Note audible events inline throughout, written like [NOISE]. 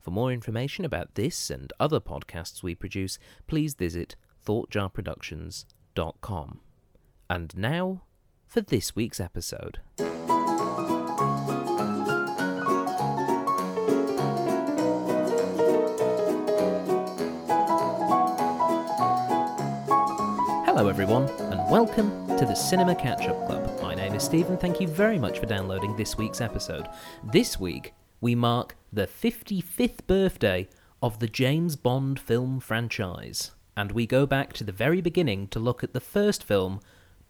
For more information about this and other podcasts we produce, please visit thoughtjarproductions.com. And now for this week's episode. Hello, everyone, and welcome to the Cinema Catch Up Club. My name is Steve, and thank you very much for downloading this week's episode. This week, we mark the 55th birthday of the James Bond film franchise, and we go back to the very beginning to look at the first film,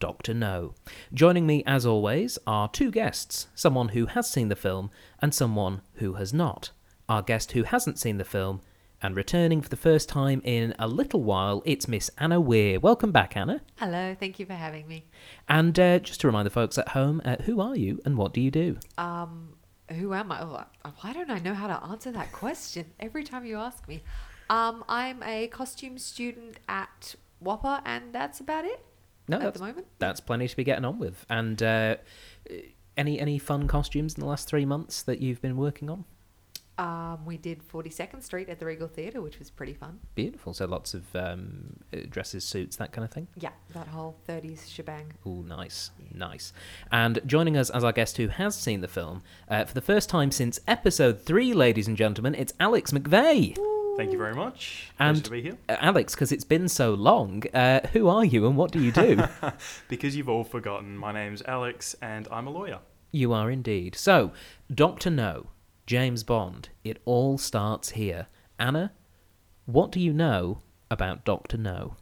Dr. No. Joining me, as always, are two guests someone who has seen the film and someone who has not. Our guest who hasn't seen the film and returning for the first time in a little while, it's Miss Anna Weir. Welcome back, Anna. Hello, thank you for having me. And uh, just to remind the folks at home, uh, who are you and what do you do? Um, who am I? Oh, I- why don't I know how to answer that question every time you ask me? Um, I'm a costume student at Whopper, and that's about it. No, At that's- the moment? that's plenty to be getting on with. And uh, any any fun costumes in the last three months that you've been working on? Um, we did 42nd Street at the Regal Theatre, which was pretty fun. Beautiful. So lots of um, uh, dresses, suits, that kind of thing. Yeah, that whole 30s shebang. Ooh, nice, nice. And joining us as our guest who has seen the film uh, for the first time since episode three, ladies and gentlemen, it's Alex McVeigh. Thank you very much. And- Pleasure to be here. Uh, Alex, because it's been so long, uh, who are you and what do you do? Because you've all forgotten, my name's Alex and I'm a lawyer. You are indeed. So, Doctor No, James Bond, it all starts here. Anna, what do you know about Doctor No?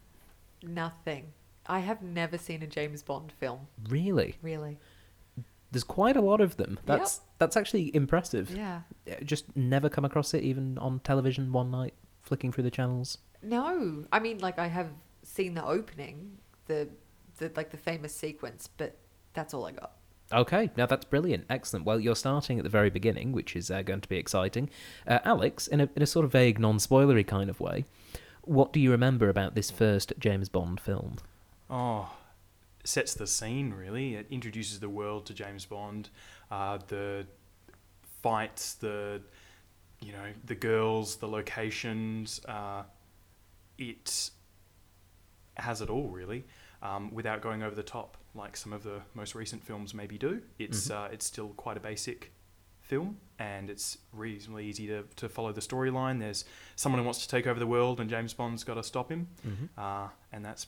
Nothing. I have never seen a James Bond film, Really? [LAUGHS] really. There's quite a lot of them. That's that's actually impressive. Yeah. Uh, Just never come across it even on television one night flicking through the channels. No, I mean, like, I have seen the opening, the, the like, the famous sequence, but that's all I got. Okay, now that's brilliant. Excellent. Well, you're starting at the very beginning, which is uh, going to be exciting. Uh, Alex, in a, in a sort of vague, non spoilery kind of way, what do you remember about this first James Bond film? Oh, sets the scene really. It introduces the world to James Bond, uh, the fights, the you know the girls, the locations. Uh, it has it all really, um, without going over the top like some of the most recent films maybe do. It's uh, it's still quite a basic film and it's reasonably easy to, to follow the storyline there's someone who wants to take over the world and james bond's got to stop him uh, and that's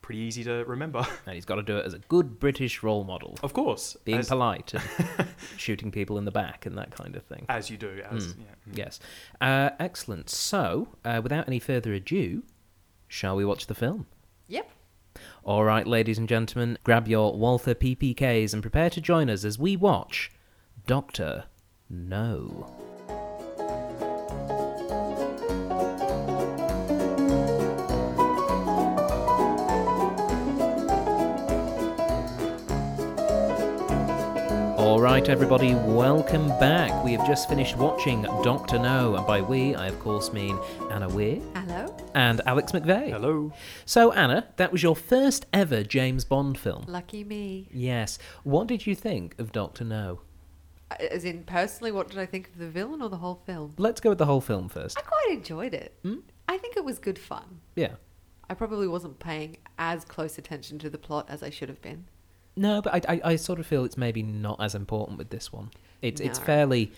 pretty easy to remember. [LAUGHS] And he's got to do it as a good British role model, Of course, being as, polite and shooting people in the back and that kind of thing. as you do. As yeah. Yes. Uh, excellent. So, uh, without any further ado, shall we watch the film? Yep. All right, ladies and gentlemen, grab your Walther PPKs and prepare to join us as we watch Doctor No. All right, everybody, welcome back. We have just finished watching Doctor No, and by we, I of course mean Anna Weir Hello? and Alex McVeigh. Hello. So, Anna, that was your first ever James Bond film. Lucky me. Yes. What did you think of Doctor No? Uh, As in, personally, what did I think of the villain or the whole film? Let's go with the whole film first. I quite enjoyed it. I think it was good fun. Yeah. I probably wasn't paying as close attention to the plot as I should have been. No, but I, I, I sort of feel it's maybe not as important with this one. It's it's No. fairly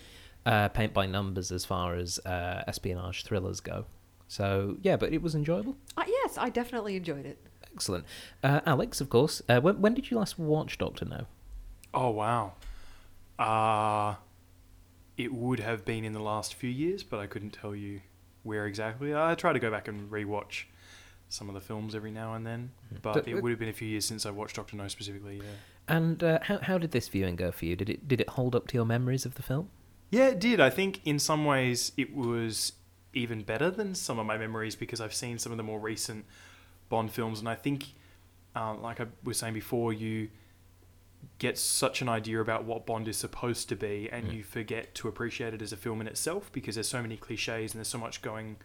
uh, paint by numbers as far as uh, espionage thrillers go. So yeah, but it was enjoyable. Uh, yes, I definitely enjoyed it. Excellent. Uh, Alex, of course. Uh, when, when did you last watch Doctor No? Oh wow. Uh it would have been in the last few years, but I couldn't tell you where exactly. I try to go back and rewatch some of the films every now and then, Hmm. but D- it would have been a few years since I watched Doctor No specifically. Yeah. And uh, how how did this viewing go for you? Did it did it hold up to your memories of the film? Yeah, it did. I think in some ways it was even better than some of my memories because I've seen some of the more recent Bond films, and I think, um, like I was saying before, you get such an idea about what Bond is supposed to be, and Mm. you forget to appreciate it as a film in itself because there's so many cliches and there's so much going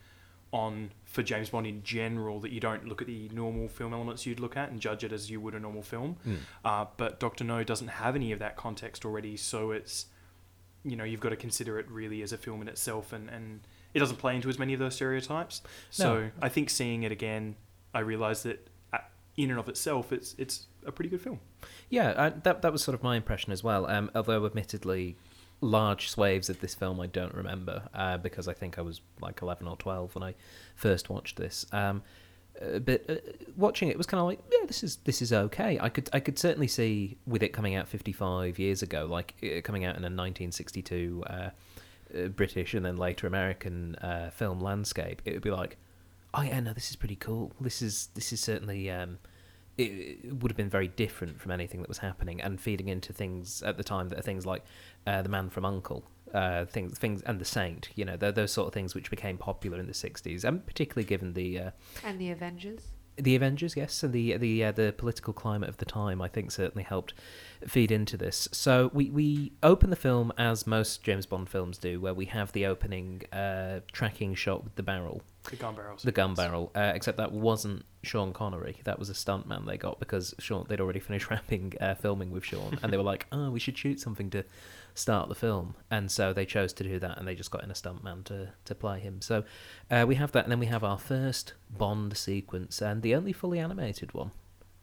on for James Bond in general that you don't look at the normal film elements you'd look at and judge it as you would a normal film. Mm. Uh, but Doctor No doesn't have any of that context already, so it's you know you've got to consider it really as a film in itself, and and it doesn't play into as many of those stereotypes. So No. I think seeing it again, I realised that uh, in and of itself, it's it's a pretty good film. Yeah, I, that that was sort of my impression as well. Um, although, admittedly, large swathes of this film I don't remember uh, because I think I was like eleven or twelve when I first watched this. Um, uh, but uh, watching it was kind of like, yeah, this is this is okay. I could I could certainly see with it coming out fifty five years ago, like uh, coming out in a nineteen sixty two uh, uh, British and then later American uh, film landscape. It would be like, oh yeah, no, this is pretty cool. This is this is certainly. Um, it, it would have been very different from anything that was happening and feeding into things at the time that are things like uh, the man from uncle uh, things things and the saint you know tho- those sort of things which became popular in the 60s and particularly given the uh, And the Avengers. the Avengers, yes, and the the uh, the political climate of the time, I think, certainly helped feed into this. So we we open the film as most James Bond films do, where we have the opening uh, tracking shot with the barrel, The gun barrels. the gun barrel. Uh, except that wasn't Sean Connery. That was a stuntman they got because Sean they'd already finished [LAUGHS] wrapping uh, filming with Sean, and they were like, "Oh, we should shoot something to start the film." And so they chose to do that, and they just got in a stuntman to to play him. So uh, we have that, and then we have our first Bond sequence, and the only fully animated one.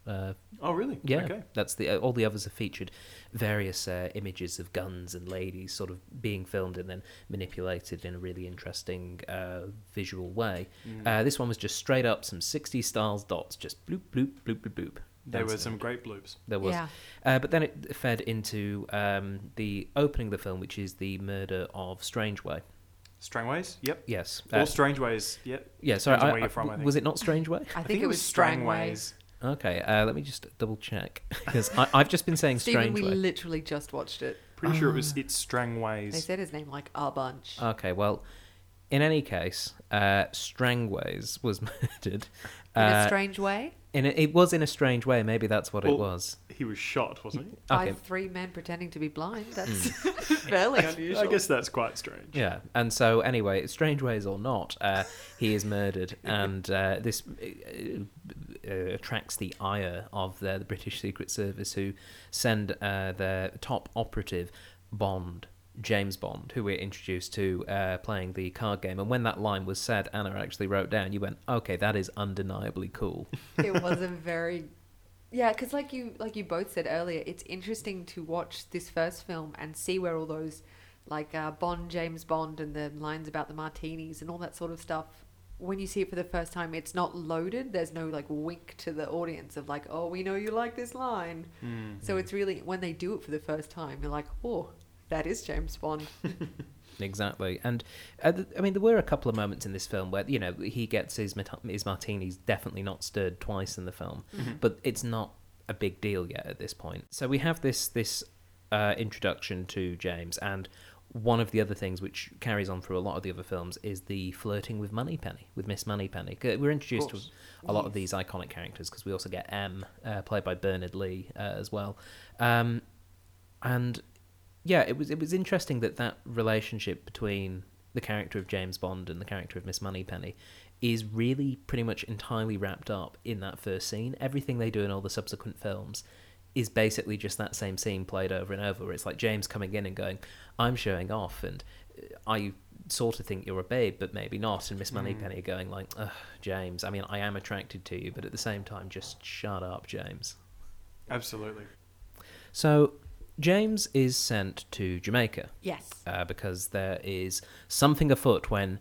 Uh, Oh, really? yeah, Okay. that's the uh, all the others have featured various uh, images of guns and ladies sort of being filmed and then manipulated in a really interesting uh, visual way. Mm. Uh, this one was just straight up some 60s styles dots, just bloop bloop bloop bloop bloop. There were Dancing. some great bloops. There was. Yeah. Uh, but then it fed into um, the opening of the film, which is the murder of Strangeway. Strangways? Yep. Yes. Or Uh, Strangeways? Yep. yeah, sorry. depends on I, where you're I- from, I think. was it not [LAUGHS] Strangeway? I, think, it was Strangways. okay, uh, let me just double check. Because I've just been saying Stephen, we Strangeway. literally just watched it. Pretty sure it Ah. was it's Strangways. They said his name like a bunch. Okay, well, in any case, uh, Strangways was [LAUGHS] murdered. in a Uh, strange way, in a, it was in a strange way. Maybe that's what it Well, was. He was shot, wasn't [LAUGHS] he? by okay. three men pretending to be blind. That's [LAUGHS] fairly unusual. [LAUGHS] I guess that's quite strange. Yeah, and so anyway, strange ways or not, uh, he is murdered, and uh, this uh, uh, attracts the ire of the, the British Secret Service, who send uh, their top operative, Bond. James Bond, who we're introduced to uh, playing the card game, and when that line was said, Anna actually wrote down. You went, "Okay, that is undeniably cool." it was a very yeah because like you like you both said earlier it's interesting to watch this first film and see where all those like uh, bond james bond and the lines about the martinis and all that sort of stuff when you see it for the first time it's not loaded there's no like wink to the audience of like oh we know you like this line Mm. so it's really when they do it for the first time you're like oh that is james bond Exactly, and uh, th- I mean there were a couple of moments in this film where you know he gets his mata- his martinis definitely not stirred twice in the film, but it's not a big deal yet at this point. So we have this this uh, introduction to James, and one of the other things which carries on through a lot of the other films is the flirting with Moneypenny, with Miss Moneypenny. 'Cause We're introduced to course. a lot of these Yes. iconic characters because we also get M, uh, played by Bernard Lee uh, as well. Um, and yeah, it was it was interesting that that relationship between the character of James Bond and the character of Miss Moneypenny is really pretty much entirely wrapped up in that first scene. Everything they do in all the subsequent films is basically just that same scene played over and over. It's like James coming in and going, "I'm showing off," and uh, I sort of think you're a babe, but maybe not. And Miss Moneypenny going like, Ugh, "James, I mean, I am attracted to you, but at the same time, just shut up, James." Absolutely. So James is sent to Jamaica yes uh, because there is something afoot when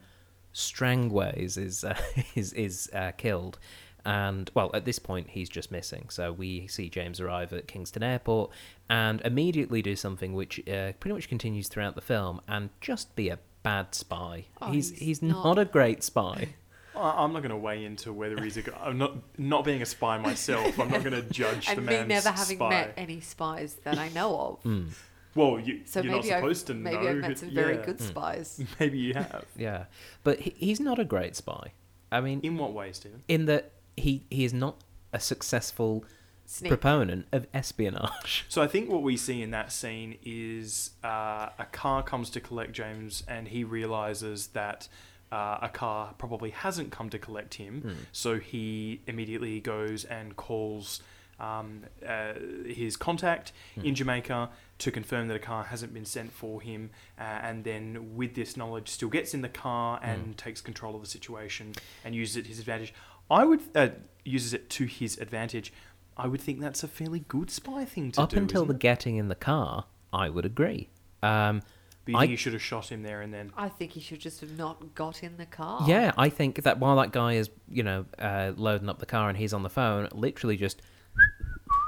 Strangways is uh, [LAUGHS] is is uh, killed, and well, at this point he's just missing. So we see James arrive at Kingston Airport and immediately do something which uh, pretty much continues throughout the film and just be a bad spy. Oh, he's he's he's not. not a great [LAUGHS] spy. I- I'm not going to weigh into whether he's a. g- I'm not not being a spy myself. I'm not going to judge [LAUGHS] the and me man's never having spy. Hmm, met any spies that i know of Well, you, So you're not maybe I've, supposed to know. maybe I've met who- some very yeah. good spies. [LAUGHS] Maybe you have. Yeah, but he, he's not a great spy. I mean, In what way, Stephen? in that he he is not a successful Sneak. proponent of espionage. So I think what we see in that scene is uh, a car comes to collect James, and he realizes that uh, a car probably hasn't come to collect him. So he immediately goes and calls um, uh, his contact in Jamaica to confirm that a car hasn't been sent for him, uh, and then with this knowledge, still gets in the car and takes control of the situation and uses it to his advantage. I would uh, uses it to his advantage. I would think that's a fairly good spy thing to Up do. until isn't the it? getting in the car, I would agree. Um, But you I- think you should have shot him there and then. I think he should just have not got in the car. Yeah, I think that while that guy is, you know, uh, loading up the car and he's on the phone, literally just,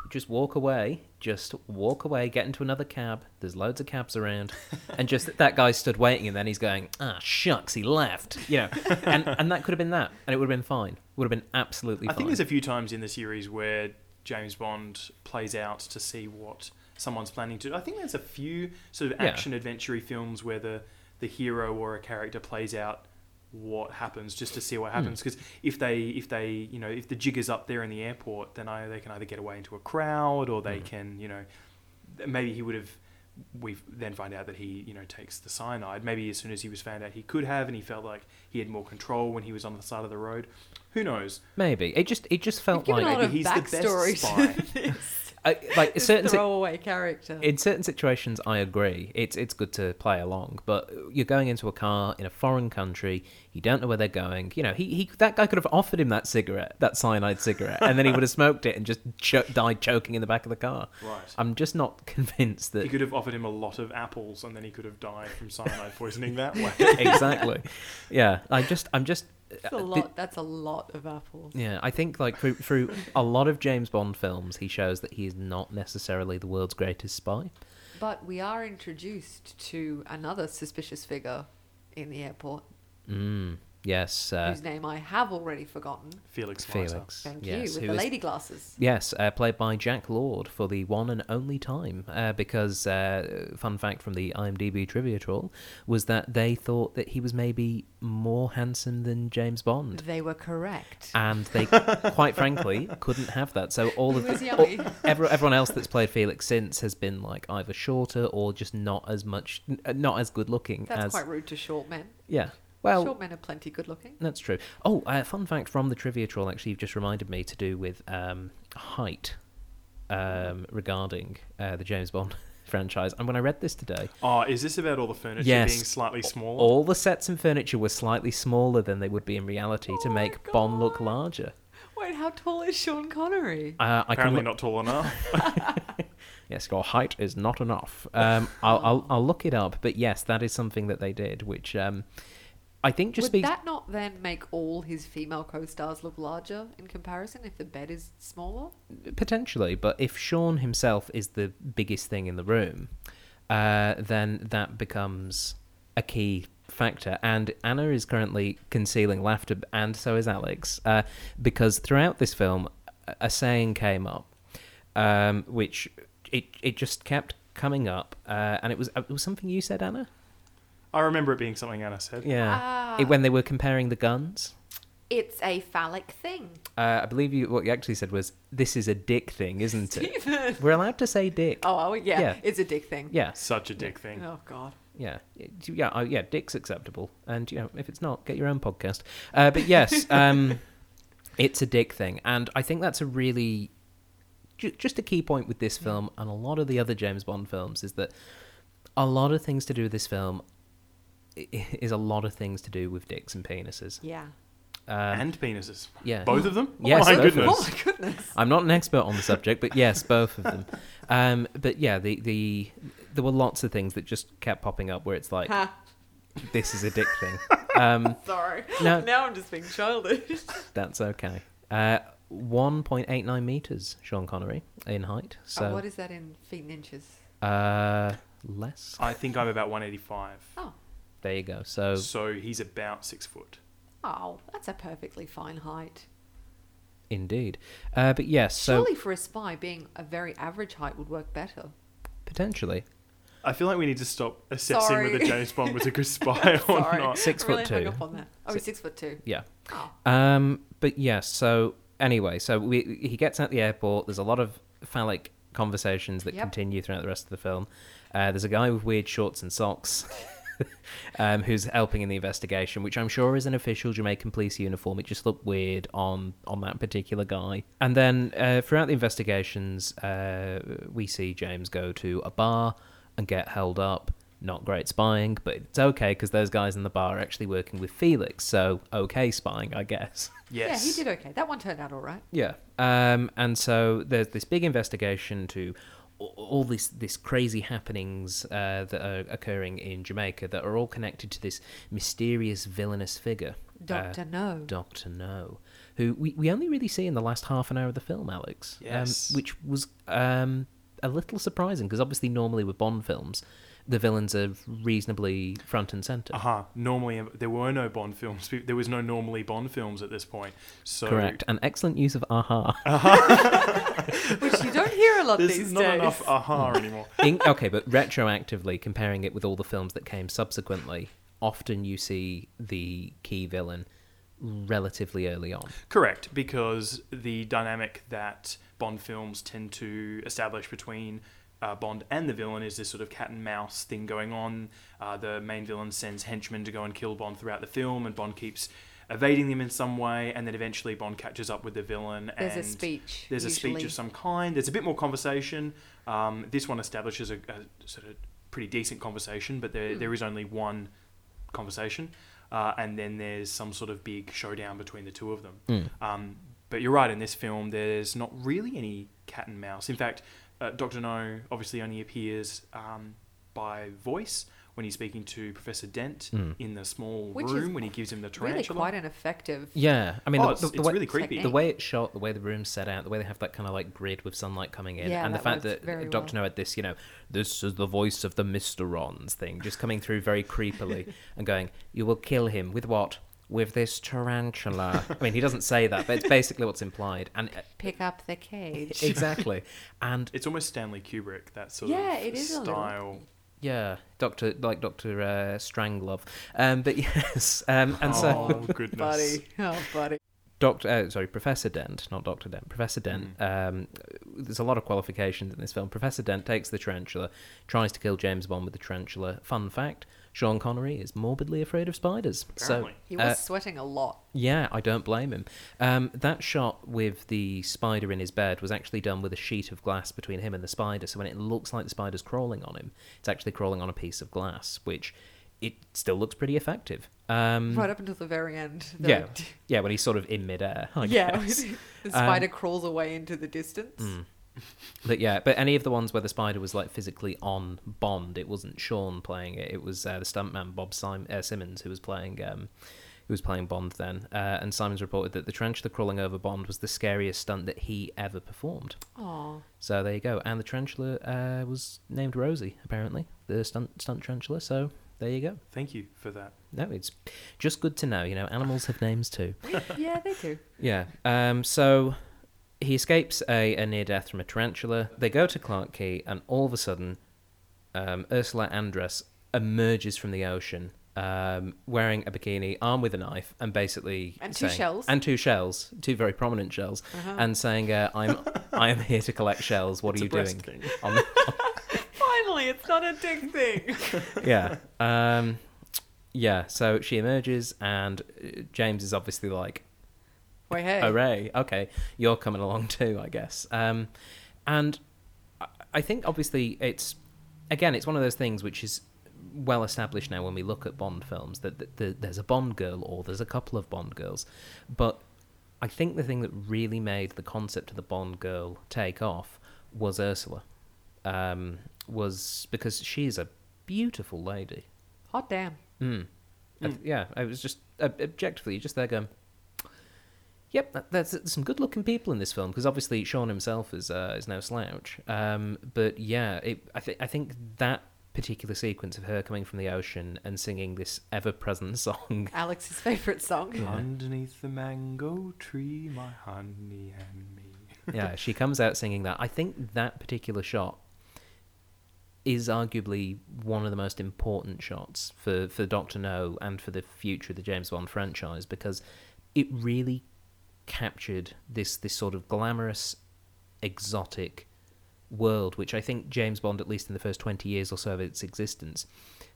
just walk away, just walk away, get into another cab. There's loads of cabs around, and [LAUGHS] just that guy stood waiting, and then he's going, ah, shucks, he left, you know, and and that could have been that, and it would have been fine, would have been absolutely I fine. think there's a few times in the series where James Bond plays out to see what someone's planning to do. I think there's a few sort of Yeah. action adventure films where the, the hero or a character plays out what happens just to see what happens Hmm. because if they if they you know if the jig is up there in the airport then I, they can either get away into a crowd or Hmm. they can you know maybe he would have we then find out that he you know takes the cyanide maybe as soon as he was found out he could have and he felt like he had more control when he was on the side of the road who knows Maybe it just it just You've felt given like a lot of he's the best backstory spy. to [LAUGHS] this, I, [LAUGHS] like this certain si- throwaway character. in certain situations I agree. It's it's good to play along, but you're going into a car in a foreign country. You don't know where they're going. You know, he, he that guy could have offered him that cigarette, that cyanide cigarette, and then he would have smoked it and just cho- died choking in the back of the car. Right. I'm just not [LAUGHS] convinced He that [LAUGHS] could have offered him a lot of apples, and then he could have died from cyanide poisoning that way. [LAUGHS] exactly. Yeah, I just I'm just uh, that's a lot. That's a lot of apples. Yeah, I think like through, through a lot of James Bond films, he shows that he is not necessarily the world's greatest spy. But we are introduced to another suspicious figure in the airport, Mm, yes, uh, whose name I have already forgotten. Felix. Leiter. Felix. Thank yes, you. With who the is- lady glasses. Yes, uh, played by Jack Lord for the one and only time. Uh, because, uh, fun fact from the IMDb trivia troll, was that they thought that he was maybe more handsome than James Bond. They were correct. And they, quite frankly, couldn't have that. So all of It was the, yummy. all- every- everyone else that's played Felix since has been like either shorter or just not as much, n- not as good looking That's as quite rude to short men. yeah. Well, short men are plenty good looking. that's true. Oh, uh, fun fact from the trivia troll actually you've just reminded me to do with um, height um, regarding uh, the James Bond [LAUGHS] franchise. And when I read this today, Oh, is this about all the furniture Yes. being slightly smaller? all the sets and furniture were slightly smaller than they would be in reality to Oh my make Bond look God. larger. Wait, how tall is Sean Connery? Uh, I can Apparently look- not tall enough. [LAUGHS] yes, your height is not enough. Um, I'll, I'll I'll look it up, but yes, that is something that they did, which um, I think just Would speaks. that not then make all his female co-stars look larger in comparison if the bed is smaller? potentially, but if Sean himself is the biggest thing in the room, uh, then that becomes a key factor. And Anna is currently concealing laughter, and so is Alex, uh, because throughout this film, a- a saying came up, um, which it it just kept coming up, uh, and it was it was something you said, Anna. I remember it being something Anna said. Yeah, Ah. it, when they were comparing the guns. It's a phallic thing. Uh, I believe you. What you actually said was, "This is a dick thing, isn't [LAUGHS] it?" Stephen. We're allowed to say dick. Oh, are we? Yeah, Yeah. it's a dick thing. Yeah. Such a dick thing. Oh God. yeah, It- yeah, oh, yeah. Dick's acceptable, and you know if it's not, get your own podcast. Uh, but [LAUGHS] yes, um, it's a dick thing, and I think that's a really ju- just a key point with this film and a lot of the other James Bond films is that a lot of things to do with this film i- i- is a lot of things to do with dicks and penises. Yeah. Um, and penises. yeah. Both of them? [GASPS] Yes, oh my both of them. goodness. [LAUGHS] Oh my goodness. I'm not an expert on the subject, but yes, both of them. Um, but yeah, the the there were lots of things that just kept popping up where it's like Ha. this is a dick thing. Um, Sorry. No. [LAUGHS] Now I'm just being childish. That's okay. Uh, 1.89 meters, Sean Connery, in height. So Oh, what is that in feet and inches? uh, less. I think I'm about 185. Oh. There you go. So So he's about six foot. Oh, that's a perfectly fine height. indeed. Uh, but yes, so Surely for a spy, being a very average height would work better. potentially. I feel like we need to stop assessing Sorry. whether James Bond was [LAUGHS] a good spy [LAUGHS] or Sorry. not. Six I foot really hung two. up on that. Oh, he's six foot two. Yeah. Oh. Um, but yeah, so anyway, so we he gets at the airport. There's a lot of phallic conversations that Yep. continue throughout the rest of the film. Uh, there's a guy with weird shorts and socks. [LAUGHS] Um, who's helping in the investigation? Which I'm sure is an official Jamaican police uniform. It just looked weird on on that particular guy. And then uh, throughout the investigations, uh, we see James go to a bar and get held up. Not great spying, but it's okay because those guys in the bar are actually working with Felix, so okay spying, I guess. Yes. Yeah, he did okay. That one turned out all right. Yeah. Um, and so there's this big investigation to a- all this this crazy happenings uh, that are occurring in Jamaica that are all connected to this mysterious villainous figure, uh, Doctor No. Doctor No, who we, we only really see in the last half an hour of the film, Alex. Yes. Um, which was um, a little surprising because obviously normally with Bond films, the villains are reasonably front and center. Uh huh. Normally, um, there were no Bond films. Pe- There was no normally Bond films at this point. So Correct. An excellent use of aha. Which you don't hear a lot [LAUGHS] There's these not days. [LAUGHS] enough aha anymore. In, okay, but retroactively comparing it with all the films that came subsequently, often you see the key villain relatively early on. Correct, because the dynamic that Bond films tend to establish between uh, Bond and the villain is this sort of cat and mouse thing going on. Uh, the main villain sends henchmen to go and kill Bond throughout the film, and Bond keeps evading them in some way, and then eventually Bond catches up with the villain. There's a and speech. There's a speech usually. of some kind. There's a bit more conversation. Um, this one establishes a, a sort of pretty decent conversation, but Hmm. there, there is only one conversation, uh, and then there's some sort of big showdown between the two of them. Hmm. Um, but you're right. In this film, there's not really any cat and mouse. In fact, uh, Doctor No obviously only appears um, by voice when he's speaking to Professor Dent Hmm. in the small Which is room when he gives him the Really tarantula. quite ineffective. Yeah, I mean, Oh, the, it's, the- the it's way, really creepy. the Technique. way it's shot, the way the room's set out, the way they have that kind of like grid with sunlight coming in, Yeah, and the that fact works that very Doctor well. No had this, you know, this is the voice of the Mysterons thing, just coming through very [LAUGHS] creepily and going, "You will kill him with what?" With this tarantula. I mean, he doesn't say that, but it's basically what's implied. And e, Pick up the cage. exactly. And It's almost Stanley Kubrick, that sort Yeah, of it is a little. style. Yeah, Doctor like Doctor uh, Stranglove, um, but [LAUGHS] yes, um, and so [LAUGHS] oh, goodness. buddy. [LAUGHS] Oh, buddy. Doctor, uh, sorry, Professor Dent, not Doctor Dent, Professor Dent. Mm. Um, there's a lot of qualifications in this film. Professor Dent takes the tarantula, tries to kill James Bond with the tarantula. Fun fact: Sean Connery is morbidly afraid of spiders. Apparently. So He uh, was sweating a lot. Yeah, I don't blame him. Um, that shot with the spider in his bed was actually done with a sheet of glass between him and the spider. So when it looks like the spider's crawling on him, it's actually crawling on a piece of glass, which it still looks pretty effective. Um, Right up until the very end. The- yeah, yeah, when he's sort of in midair. [LAUGHS] I yeah. guess. Um, mm. the spider crawls away into the distance. but yeah, but any of the ones where the spider was like physically on Bond, it wasn't Sean playing it. It was uh, the stuntman Bob Sim- uh, Simmons who was playing um, who was playing Bond then. Uh, and Simons reported that the tarantula crawling over Bond was the scariest stunt that he ever performed. Aw. So there you go. And the tarantula uh, was named Rosie, apparently, the stunt stunt tarantula. So there you go. Thank you for that. No, it's just good to know. You know, animals have names too. Yeah, they [LAUGHS] do. Yeah. Um. So he escapes a, a near death from a tarantula. They go to Clark Key, and all of a sudden, um, Ursula Andress emerges from the ocean. Um, wearing a bikini, armed with a knife, and basically And two saying- shells. Uh-huh. and two shells, two very prominent shells, and saying, uh, [LAUGHS] "I'm, I am here to collect shells. What are It's a you doing?" breast thing. On the- Finally, it's not a dick thing. yeah. Um, yeah. So she emerges, and uh, James is obviously like, Wait, hey. "Hooray! Okay, you're coming along too, I guess." Um, and I- I think obviously it's again, it's one of those things which is well established now when we look at Bond films that, that, that there's a Bond girl or there's a couple of Bond girls, but I think the thing that really made the concept of the Bond girl take off was Ursula, um, was because she's a beautiful lady. Hot damn. Mm. I th- yeah, I was just ob- objectively you're just there going. Yep, that, that's, that's some good-looking people in this film because obviously Sean himself is uh, is no slouch. Um, but yeah, it, I think I think that particular sequence of her coming from the ocean and singing this ever-present [LAUGHS] [LAUGHS] song. Alex's favourite song. Underneath the mango tree, my honey and me. yeah, she comes out singing that. I think that particular shot is arguably one of the most important shots for, for Doctor No and for the future of the James Bond franchise because it really captured this this sort of glamorous, exotic world, which I think James Bond, at least in the first twenty years or so of its existence,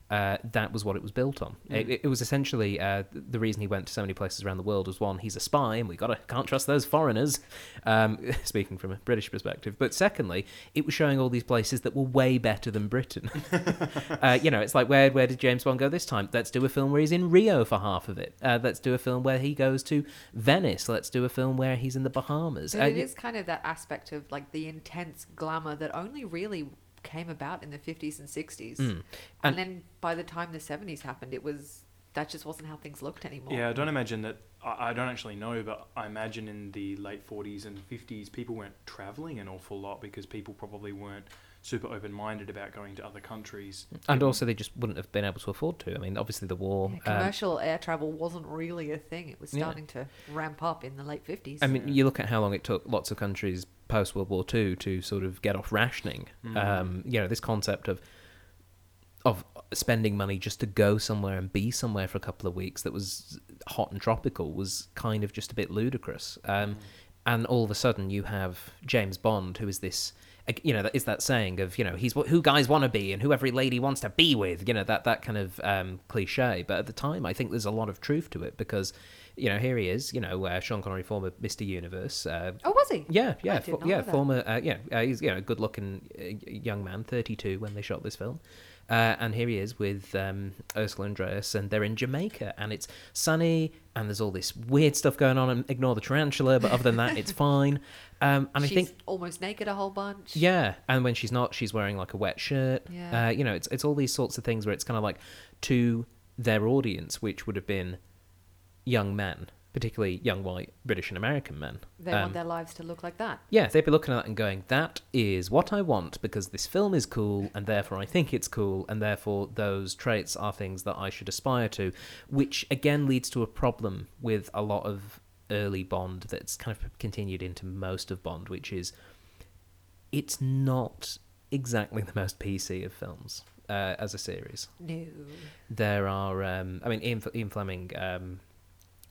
uh, that was what it was built on. It- It, it was essentially uh, the reason he went to so many places around the world was one, he's a spy, and we gotta can't trust those foreigners. Um, [LAUGHS] speaking from a British perspective, but secondly, it was showing all these places that were way better than Britain. uh, you know, it's like where where did James Bond go this time? Let's do a film where he's in Rio for half of it. Uh, let's do a film where he goes to Venice. Let's do a film where he's in the Bahamas. But Uh, it is kind of that aspect of like the intense glamour that only really came about in the 50s and 60s. And, Mm. And- then by the time the 70s happened, it was that just wasn't how things looked anymore. Yeah, I don't imagine that. I, I don't actually know, but I imagine in the late 40s and 50s, people weren't traveling an awful lot because people probably weren't super open minded about going to other countries. and also they just wouldn't have been able to afford to. I mean, obviously the war. Yeah, um, commercial air travel wasn't really a thing. It was Yeah. starting to ramp up in the late 50s. I mean, you look at how long it took lots of countries post World War II to sort of get off rationing. Um, you know, this concept of of spending money just to go somewhere and be somewhere for a couple of weeks that was hot and tropical was kind of just a bit ludicrous. Um, And all of a sudden, you have James Bond, who is this, ag- you know, that is that saying of, you know, he's what who guys want to be and who every lady wants to be with, you know, that that kind of um, cliche. But at the time, I think there's a lot of truth to it because, you know, here he is, you know, uh, Sean Connery, former Mr. Universe, uh, oh, was he? yeah, yeah, did fo- not yeah. know that. Former, uh, yeah, uh, he's you know a good-looking uh, y- young man, thirty-two when they shot this film, uh, and here he is with um, Ursula Andreas, and they're in Jamaica, and it's sunny, and there's all this weird stuff going on. And ignore the tarantula, but other than that, [LAUGHS] it's fine. Um, and She's I think almost naked a whole bunch. yeah, and when she's not, she's wearing like a wet shirt. Yeah. Uh, you know, it's it's all these sorts of things where it's kind of like to their audience, which would have been young men, particularly young white British and American men. They Um, want their lives to look like that. yeah, they'd be looking at that and going, that is what I want because this film is cool and therefore I think it's cool and therefore those traits are things that I should aspire to, which again leads to a problem with a lot of early Bond that's kind of continued into most of Bond, which is it's not exactly the most PC of films uh, as a series No. there are um, I mean Ian, F- Ian Fleming um,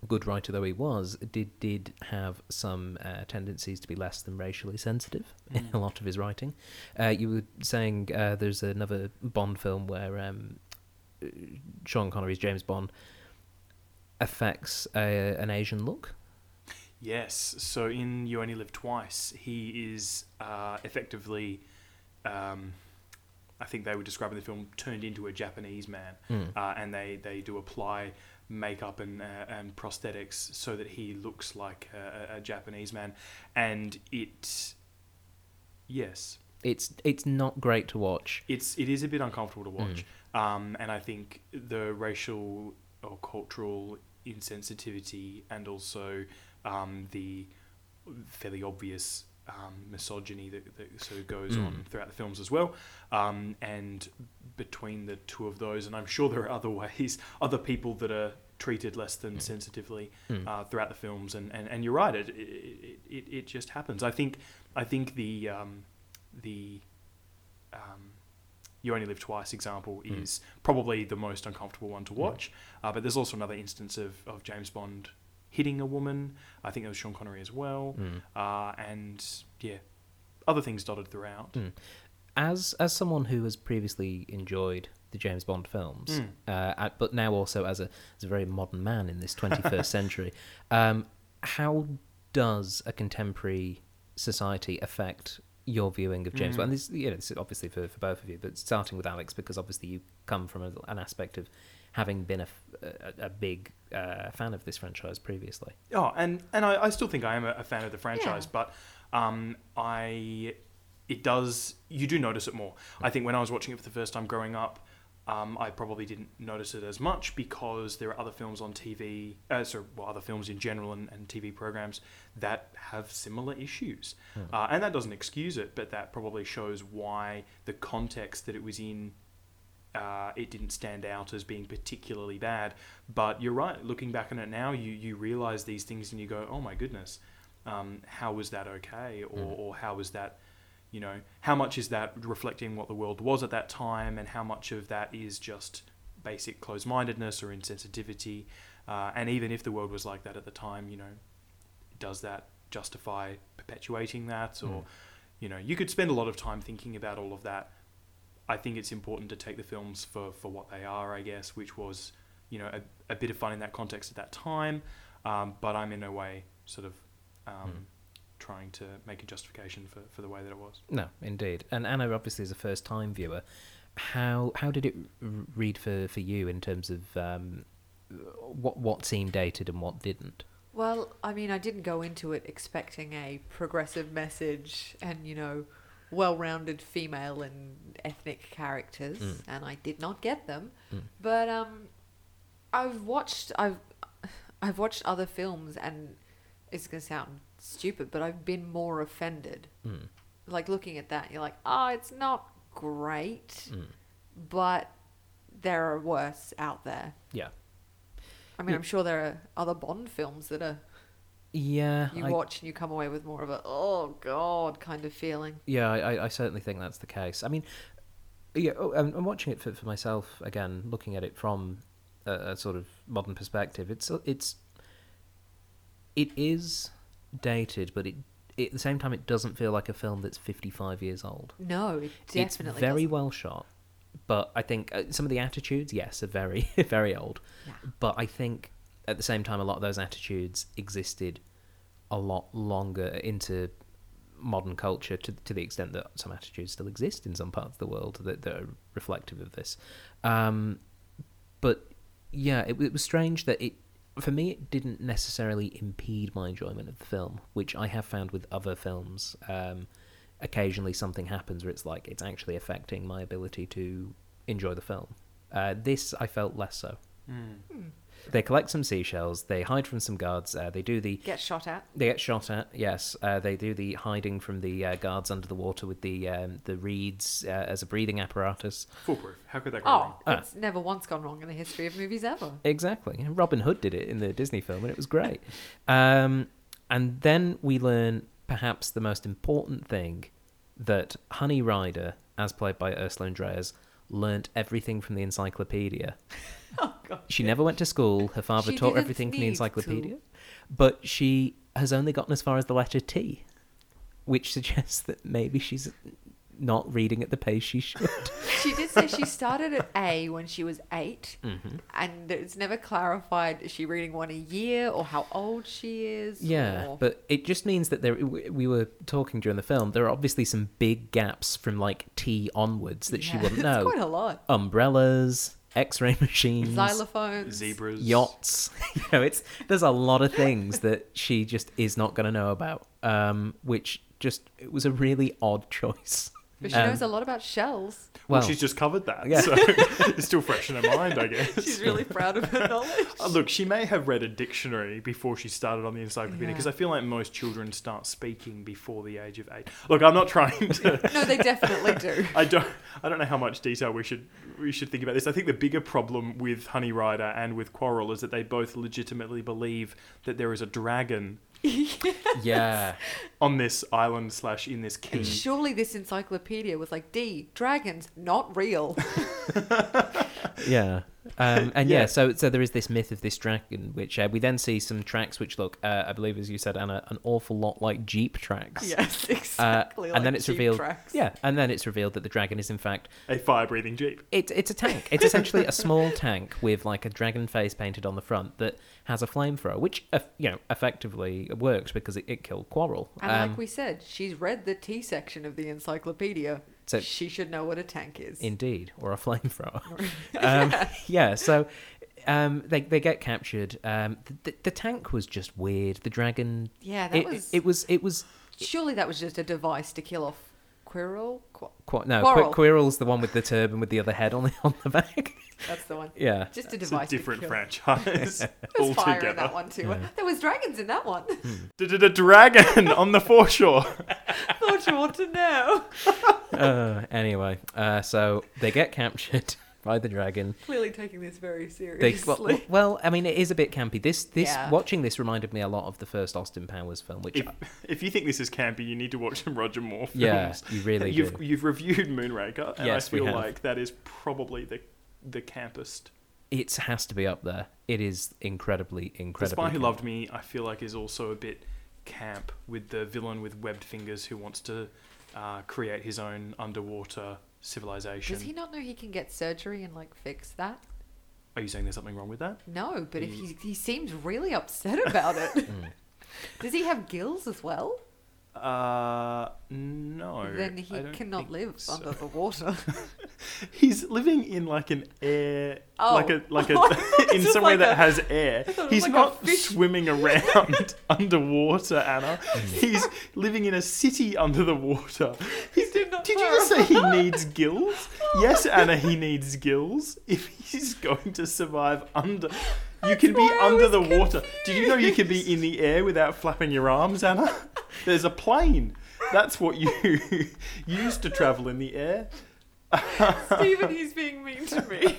good writer though he was did did have some uh, tendencies to be less than racially sensitive in a lot of his writing uh, you were saying uh, there's another Bond film where um, uh, Sean Connery's James Bond affects a, an Asian look Yes, so in You Only Live Twice, he is uh, effectively, um, I think they would describe in the film, turned into a Japanese man. Uh, and they, they do apply makeup and, uh, and prosthetics so that he looks like a, a- a Japanese man. And it, yes, it's it's not great to watch it's it is a bit uncomfortable to watch, um, and I think the racial or cultural insensitivity and also um, the fairly obvious um, misogyny that, that sort of goes on throughout the films as well, um, and between the two of those, and I'm sure there are other [LAUGHS] ways, other people that are treated less than sensitively uh, throughout the films, and, and, and you're right, it, it, it, it just happens. I think I think the um, the um, you only live twice example is probably the most uncomfortable one to watch. Uh, but there's also another instance of, of James Bond hitting a woman. I think it was Sean Connery as well. Uh, and yeah, other things dotted throughout. as as someone who has previously enjoyed the James Bond films, Mm. uh, at- but now also as a as a very modern man in this 21st century, um, how does a contemporary society affect your viewing of James Bond? And this, you know, this is obviously for, for both of you, but starting with Alex because obviously you come from a, an aspect of having been a, f- a- a big uh, fan of this franchise previously. Oh, and and I, I still think I am a, a fan of the franchise, Yeah. but um, I it does you do notice it more. I think when I was watching it for the first time growing up, um, I probably didn't notice it as much because there are other films on TV, uh, sorry, well, other films in general and, and TV programs that have similar issues, uh, and that doesn't excuse it, but that probably shows why the context that it was in uh, it didn't stand out as being particularly bad. But you're right. Looking back on it now, you you realize these things and you go, oh my goodness, um, how was that okay, or or how was that, you know, how much is that reflecting what the world was at that time, and how much of that is just basic closed mindedness or insensitivity? Uh, and even if the world was like that at the time, you know, does that justify perpetuating that? Or, Mm. you know, you could spend a lot of time thinking about all of that. I think it's important to take the films for, for what they are, I guess, which was, you know, a, a bit of fun in that context at that time. Um, but I'm in a way sort of um, Mm. trying to make a justification for, for the way that it was. No, indeed. And Anna obviously is a first time viewer. How how did it r- read for, for you in terms of um, what what seemed dated and what didn't? Well, I mean, I didn't go into it expecting a progressive message and, you know, well rounded female and ethnic characters, Mm. and I did not get them. Mm. But um, I've watched I've [SIGHS] I've watched other films and it's gonna sound stupid, but I've been more offended. Mm. Like looking at that, you're like, oh, it's not great, Mm. but there are worse out there. Yeah, I mean, Yeah. I'm sure there are other Bond films that are yeah. you I, watch and you come away with more of a oh god kind of feeling. Yeah, I, I- I certainly think that's the case. I mean, yeah, oh, I'm, I'm watching it for, for myself again, looking at it from a, a sort of modern perspective. It's it's it is dated, but it, it at the same time it doesn't feel like a film that's 55 years old. No, it definitely it's very doesn't. well shot, but I think uh, some of the attitudes, yes, are very [LAUGHS] very old. Yeah. But I think at the same time, a lot of those attitudes existed a lot longer into modern culture to, to the extent that some attitudes still exist in some parts of the world that, that are reflective of this. Um, but yeah, it, it was strange that it, for me, it didn't necessarily impede my enjoyment of the film, which I have found with other films. Um, occasionally something happens where it's like it's actually affecting my ability to enjoy the film. Uh, this I felt less so. They collect some seashells. They hide from some guards. Uh, they do the Get shot at. they get shot at. Yes, uh, they do the hiding from the uh, guards under the water with the um, the reeds uh, as a breathing apparatus. Foolproof. How could that go wrong? Oh, Ah. it's never once gone wrong in the history of movies ever. Exactly. And Robin Hood did it in the Disney film, and it was great. um, and then we learn perhaps the most important thing that Honey Rider, as played by Ursula Andreas, learnt everything from the encyclopedia. [LAUGHS] Oh god. She never went to school. Her father She taught didn't everything from the need encyclopedia. to. But she has only gotten as far as the letter T, which suggests that maybe she's not reading at the pace she should. She did say she started at A when she was eight, and it's never clarified is she reading one a year or how old she is. Yeah, or- but it just means that there. We we were talking during the film. There are obviously some big gaps from like T onwards that she Yeah, wouldn't [LAUGHS] it's know. quite a lot. Umbrellas, X-ray machines, Xylophones. Zebras. yachts. [LAUGHS] you know, it's there's a lot [LAUGHS] of things that she just is not going to know about. Um, which just it was a really odd choice. [LAUGHS] But she Um, knows a lot about shells. Well, Well, she's just covered that, Yeah. so [LAUGHS] it's still fresh in her mind, I guess. She's really proud of her knowledge. Uh, look, she may have read a dictionary before she started on the encyclopedia Yeah. because I feel like most children start speaking before the age of eight. Look, I'm not trying to. No, they [LAUGHS] definitely do. I don't. I don't know how much detail we should we should think about this. I think the bigger problem with Honey Rider and with Quarrel is that they both legitimately believe that there is a dragon yeah, on this island slash in this key. Surely this encyclopedia was like, D, dragons, not real. yeah. Um, and yeah. Yeah. so so there is this myth of this dragon, which uh, we then see some tracks which look, uh, I believe, as you said, Anna, an awful lot like Jeep tracks. yes, [LAUGHS] Uh, exactly. and then like it's Jeep revealed, tracks. yeah, and then it's revealed that the dragon is in fact A fire breathing jeep. it's it's a tank. It's essentially a [LAUGHS] small tank with like a dragon face painted on the front that has a flamethrower, which uh, you know effectively works because it, it killed Quarrel. And Um, like we said, she's read the T section of the encyclopedia. So- she should know what a tank is. Indeed, or a flamethrower. [LAUGHS] um, yeah, so um, they they get captured. Um, the, the, the tank was just weird. The dragon. Yeah, that it, was- It was. It was. Surely that was just a device to kill off Quirrell. Qu- Qu- no, Quarrel. Quirrell's Quirrell's the one with the turban with the other head on the [LAUGHS] on the back. That's the one. [LAUGHS] yeah. Just a It's device. a different [LAUGHS] to [LAUGHS] kill. franchise There was fire in altogether. that one too. There was dragons in that one. [LAUGHS] Da-da-da Dragon on the foreshore. Thought you want to know. uh, anyway, uh, so they get captured [LAUGHS] by the dragon. [LAUGHS] Clearly taking this very They- seriously. well, well- well, I mean, it is a bit campy. This, this, Yeah. watching this reminded me a lot of the first Austin Powers film, which, [LAUGHS] If, if you think this is campy, you need to watch some Roger Moore films. yeah, you really do. you've you've reviewed Moonraker, and Yes, I we feel have. like that is probably the the campest. It has to be up there. It is incredibly, The incredibly. Spy Who campy. Loved Me, I feel like, is also a bit camp with the villain with webbed fingers who wants to uh, create his own underwater civilization. Does he not know he can get surgery and like fix that? Are you saying there's something wrong with that? No, but if He- he, he seems really upset about [LAUGHS] it. Mm. Does he have gills as well? Uh, no. then I he don't cannot think live so. under the [LAUGHS] water. [LAUGHS] He's living in like an air, Oh. like a [LAUGHS] like I a thought in it was somewhere like that a- has air. thought it was He's like a not fish- swimming around [LAUGHS] [LAUGHS] underwater, Anna. He's living in a city under the water. He's, did not you just [LAUGHS] say he needs gills? Oh. yes, Anna, he needs gills. If he's going to survive under, you That's can be why I under was the water. Did you know you can be in the air without flapping your arms, Anna? [LAUGHS] There's a plane. That's what you [LAUGHS] use to travel in the air. [LAUGHS] [LAUGHS] Stephen, he's being mean to me.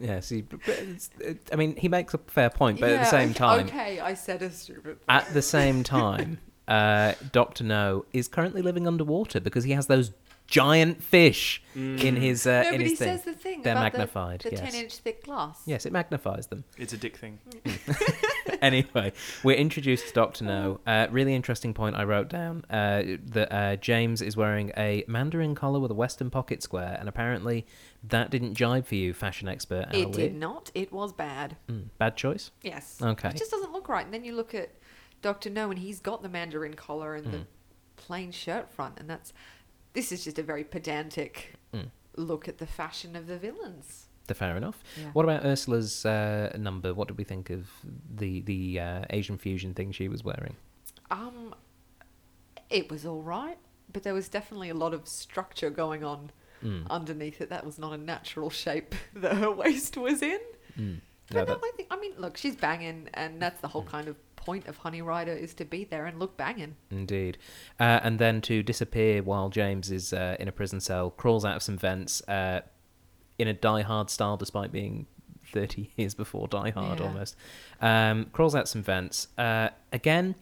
Yeah, see, but but it's, it, I mean, he makes a fair point, but at the Yeah, same okay- time, Okay, I said a stupid thing. at the same time, [LAUGHS] uh, Doctor No is currently living underwater because he has those giant fish Mm. in his uh, no, in but his he thing. says the thing They're about the- magnified, the yes. 10 inch thick glass. Yes, it magnifies them. It's a dick thing. [LAUGHS] anyway, we're introduced to Doctor No. Uh, really interesting point I wrote down uh, that uh, James is wearing a Mandarin collar with a Western pocket square, and apparently that didn't jibe for you, fashion expert. Anna It Lee. did not. It was bad. Mm, bad choice. Yes. Okay. It just doesn't look right. And then you look at Dr. No, and he's got the mandarin collar and Mm. the plain shirt front. And that's. This is just a very pedantic Mm. look at the fashion of the villains. The- Fair enough. Yeah. What about Ursula's uh, number? What did we think of the the uh, Asian fusion thing she was wearing? Um, it was all right, but there was definitely a lot of structure going on Oh. Mm. underneath it. That was not a natural shape [LAUGHS] that her waist was in. Mm. No, But no, that- Mm. I think I mean, look, she's banging, and that's the whole kind of point of Honey Rider is to be there and look banging. Indeed. Uh, and then to disappear while James is uh, in a prison cell, crawls out of some vents uh, in a Die Hard style, despite being 30 [LAUGHS] years before Die Hard Yeah. almost. Um, crawls out some vents. Uh, again,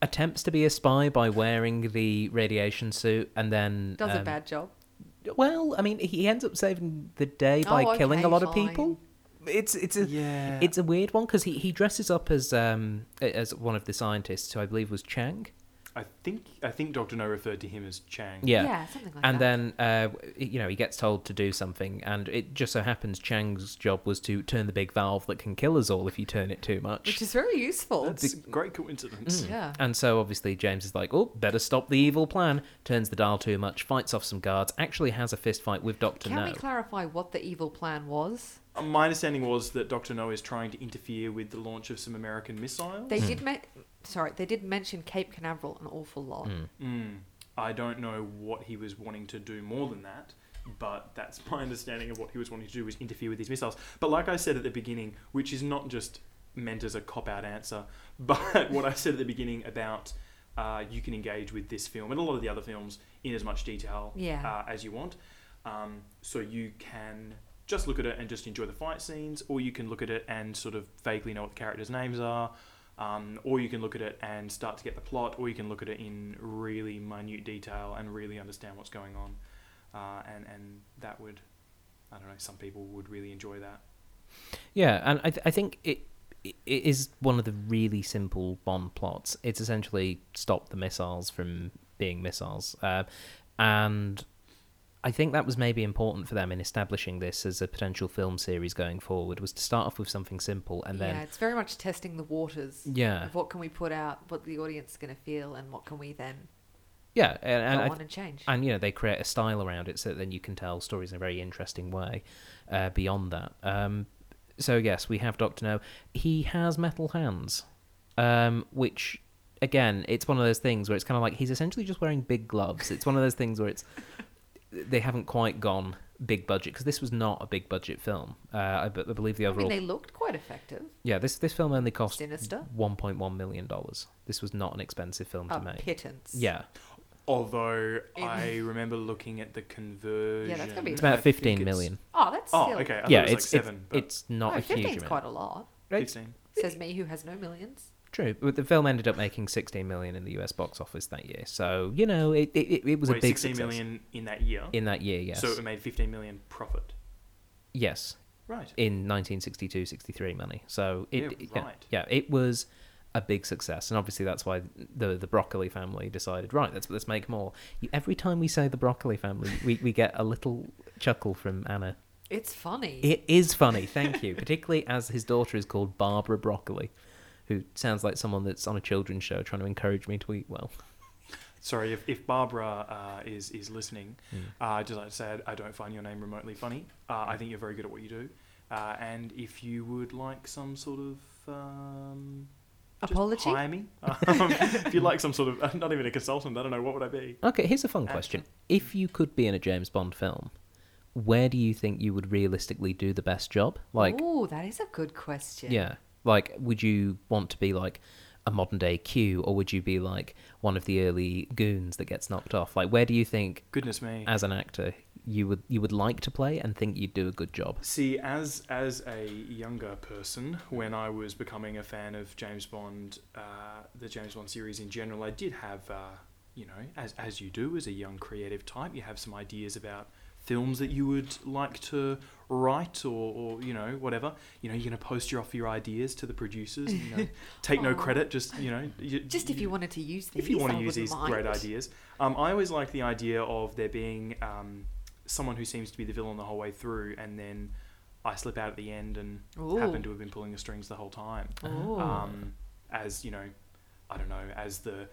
attempts to be a spy by wearing the radiation suit and then. Does a um, bad job. Well, I mean, he ends up saving the day by Oh, killing a okay, lot of fine. people. It's it's a Yeah. it's a weird one because he, he dresses up as um as one of the scientists who I believe was Chang. I think I think Doctor No referred to him as Chang. Yeah. something like and then that. uh, w- you know he gets told to do something and it just so happens chang's job was to turn the big valve that can kill us all if you turn it too much which is very useful. That's a great coincidence. Mm. yeah. and so obviously james is like oh better stop the evil plan turns the dial too much fights off some guards actually has a fist fight with dr Can no we clarify what the evil plan was? Uh, My understanding was that Doctor No is trying to interfere with the launch of some American missiles. Hmm. They did me- sorry, they did mention Cape Canaveral an awful lot. Mm. Mm. I don't know what he was wanting to do more than that, but that's [LAUGHS] my understanding of what he was wanting to do was interfere with these missiles. But like I said at the beginning, which is not just meant as a cop out answer, [LAUGHS] but what I said at the beginning about uh, you can engage with this film and a lot of the other films in as much detail Yeah. Ah, uh, as you want. Um, so you can just look at it and just enjoy the fight scenes, or you can look at it and sort of vaguely know what the characters' names are, um, or you can look at it and start to get the plot, or you can look at it in really minute detail and really understand what's going on. Uh, and, and that would, I don't know, some people would really enjoy that. yeah and i, th- I think it, it it is one of the really simple bond plots it's essentially stop the missiles from being missiles uh, and I think that was maybe important for them in establishing this as a potential film series going forward was to start off with something simple and yeah, then it's very much testing the waters yeah of what can we put out, what the audience is going to feel, and what can we then yeah, and, and go I on and change. and you know they create a style around it so then you can tell stories in a very interesting way uh, beyond that um, so yes we have dr no he has metal hands um, which again it's one of those things where it's kind of like he's essentially just wearing big gloves it's one of those things where it's they haven't quite gone big budget because this was not a big budget film uh, I, b- I believe the I mean, overall they looked quite effective. yeah this, this film only cost Sinister. 1.1 million dollars this was not an expensive film to A make pittance. yeah Although I [LAUGHS] remember looking at the conversion. gonna be- It's I about think 15 it's- million. Oh, that's Oh, silly. okay. I thought yeah, it was it's like seven. it's, but it's not no, a huge 15's amount. Oh, quite a lot. It's fifteen. Says me who has no millions. True, but the film ended up making 16 million in the US box office that year. So you know, it it, it- it was a Wait, big 16 success million in that year. in that year. Yes, So it made 15 million profit. yes, Right. in 1962-63 money. So it Yeah, it- yeah, right. yeah, it was a big success, and obviously that's why the the broccoli family decided right, let's let's make more. You, every time we say the broccoli family, we, we get a little chuckle from Anna. It's funny. It is funny, thank you, particularly as his daughter is called Barbara Broccoli, who sounds like someone that's on a children's show trying to encourage me to eat well. Sorry, if, if Barbara uh, is is listening, uh, I'd just like to say I don't find your name remotely funny. Uh, I think you're very good at what you do. Uh, and if you would like some sort of um, just Apology? hire me. [LAUGHS] Um, if you'd like some sort of [LAUGHS] not even a consultant, I don't know what would I be. Okay, here's a fun question. If you could be in a James Bond film, where do you think you would realistically do the best job? Like, oh, that is a good question. yeah, like, would you want to be like a modern day Q, or would you be like one of the early goons that gets knocked off? Like, where do you think, Goodness me. as an actor, you would you would like to play and think you'd do a good job? See, as as a younger person, when I was becoming a fan of James Bond, uh, the James Bond series in general, I did have, uh, you know, as as you do as a young creative type, you have some ideas about films that you would like to write or, or you know whatever you know you're going to post your off your ideas to the producers and, [LAUGHS] you know, take no Aw. credit just you know you, Just if you wanted to use these. if you want I to use wouldn't these mind. great ideas. Um, I always like the idea of there being um, someone who seems to be the villain the whole way through, and then I slip out at the end and happen Ooh. to have been pulling the strings the whole time. Ooh. Um, as you know, I don't know, as the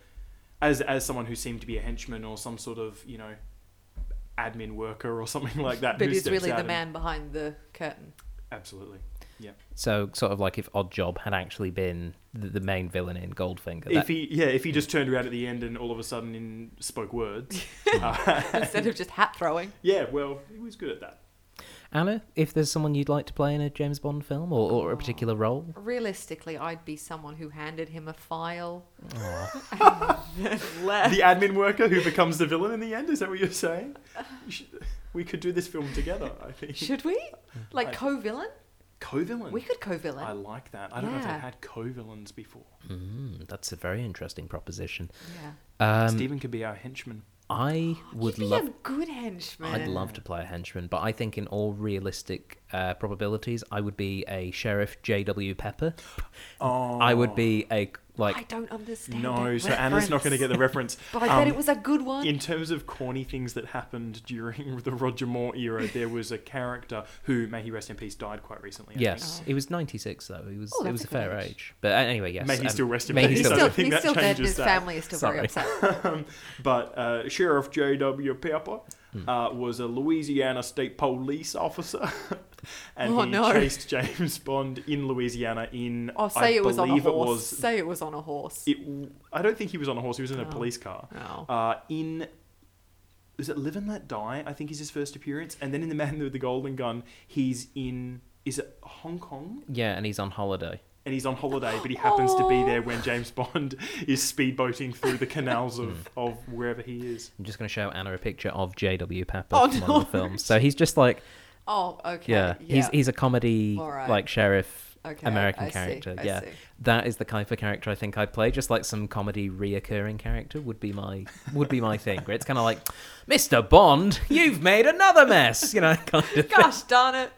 as as someone who seemed to be a henchman or some sort of you know admin worker or something like that. [LAUGHS] but who he's steps really out the and- man behind the [LAUGHS] curtain. Absolutely. So, sort of like if Oddjob had actually been the, the main villain in Goldfinger. If that- he yeah, if he just turned around at the end and all of a sudden in spoke [LAUGHS] words. Instead of just hat throwing. Yeah, well, he was good at that. Anna, if there's someone you'd like to play in a James Bond film or, or a particular role, Realistically, I'd be someone who handed him a file. [LAUGHS] [LAUGHS] the admin worker who becomes the villain in the end. Is that what you're saying? You should- We could do this film together. I think Should we? Like I- co-villain? co-villain. We could I co-villain. like that. I don't know if Yeah. they've had co-villains before. mm, that's a very interesting proposition. yeah. Um, Stephen could be our henchman. I would You'd be love. a good henchman. I'd love to play a henchman, but I think in all realistic uh, probabilities, I would be a sheriff J.W. Pepper. Oh, I would be a I like. don't understand. No, that so Anna's not going to reference. get the reference. But I bet Um, it was a good [LAUGHS] one. In terms of corny things that happened during [LAUGHS] the Roger Moore era, there was a character who, may he rest in peace, died quite recently. I Yes, Oh. he was ninety six though. He was Oh, it that's was a a good fair age. age. But uh, anyway, yes. May he um, still rest in may he peace. he's I don't still, think he's that still dead, and changes his that. family is still very upset. [LAUGHS] Um, but uh, Sheriff J.W. Pepper uh, was a Louisiana state police officer. [LAUGHS] and Oh, he no. chased James Bond in Louisiana in. Oh, say I it was on a believe horse. It was, Say it was on a horse. it w- I don't think he was on a horse, he was in a Oh. police car. Oh. Uh, in. Is it Live and Let Die? I think is his first appearance. And then in The Man with the Golden Gun, he's in. Is it Hong Kong? Yeah, and he's on holiday. and he's on holiday, but he happens to be Aw. there when James Bond [LAUGHS] is speedboating through the canals of, of wherever he is. I'm just going to show Anna a picture of J.W. Pepper Oh, from no. one of the films. So he's just [LAUGHS] like oh, okay. yeah, Yeah, he's he's a comedy All right. like sheriff Okay, American I see, character. I yeah, see. that is the type of character I think I'd play. Just like some comedy reoccurring character would be my would be my thing. Where it's kind of like, Mister Bond, you've made another mess. You know, [LAUGHS] kind of. Gosh darn it.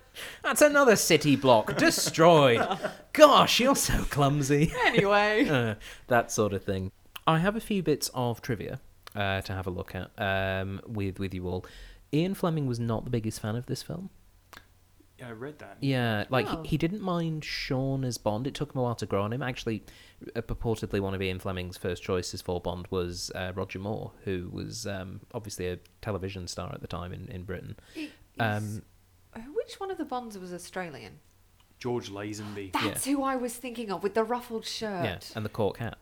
That's another city block [LAUGHS] destroyed. Gosh, you're so clumsy. Anyway. Uh, [LAUGHS] that sort of thing. I have a few bits of trivia uh, to have a look at um, with with you all. Ian Fleming was not the biggest fan of this film. Yeah, I read that. Yeah, like Oh. he, he didn't mind Sean as Bond. It took him a while to grow on him. Actually, uh, purportedly one of Ian Fleming's first choices for Bond was uh, Roger Moore, who was um, obviously a television star at the time in, in Britain. He- Um, he's- Which one of the Bonds was Australian? George Lazenby. That's who I was thinking of with the ruffled shirt. Yeah, and the cork hat.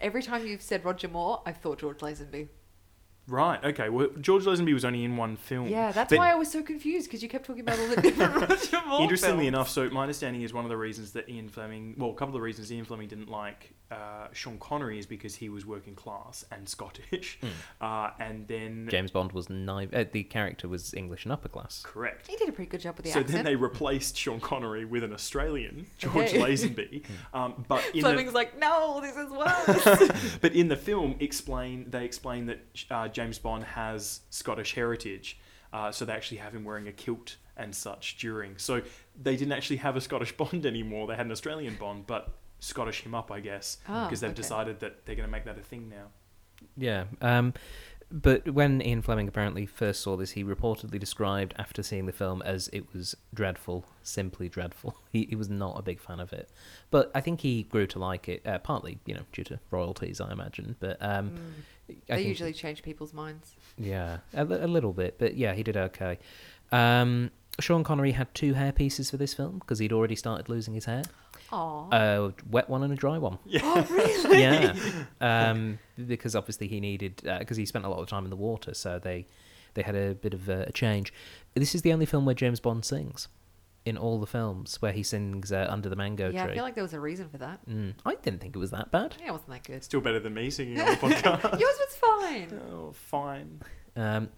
Every time you've said Roger Moore, I've thought George Lazenby. Right. Okay. Well, George Lazenby was only in one film. Yeah, that's Oh, But why I was so confused because you kept talking about all the [LAUGHS] different Roger Moore Interestingly films. enough, so my understanding is one of the reasons that Ian Fleming, well, a couple of the reasons Ian Fleming didn't like uh, Sean Connery is because he was working class and Scottish, uh, and then James Bond was neither. Uh, the character was English and upper class. correct. He did a pretty good job with the so accent. then they replaced Sean Connery with an Australian, George Hey. Lazenby. Um, but in Fleming's the, like, no, this is [LAUGHS] worse. but in the film, explain they explain that uh, James Bond has Scottish heritage, uh, so they actually have him wearing a kilt and such during. So they didn't actually have a Scottish [LAUGHS] Bond anymore; they had an Australian Bond, but Scottish him up, I guess, Ah, because they've okay. decided that they're going to make that a thing now. Yeah. Um, but when Ian Fleming apparently first saw this, he reportedly described after seeing the film as it was dreadful, simply dreadful. [LAUGHS] He, he was not a big fan of it. But I think he grew to like it, uh, partly, you know, due to royalties, I imagine. But um, I Mm. they think- usually change people's minds. Yeah, a, li- a little bit. But yeah, he did okay. Um, Sean Connery had two hair pieces for this film because he'd already started losing his hair Aw. a wet one and a dry one. oh, really? [LAUGHS] yeah, um, because obviously he needed because he spent a lot of time in the water, so they they had a bit of a, a change. This is the only film where James Bond sings in all the films where he sings uh, under the mango yeah, tree. I feel like there was a reason for that. mm, I didn't think it was that bad. Yeah, it wasn't that good. [LAUGHS] Still better than me singing on the podcast. Yours was fine. oh, fine. Um,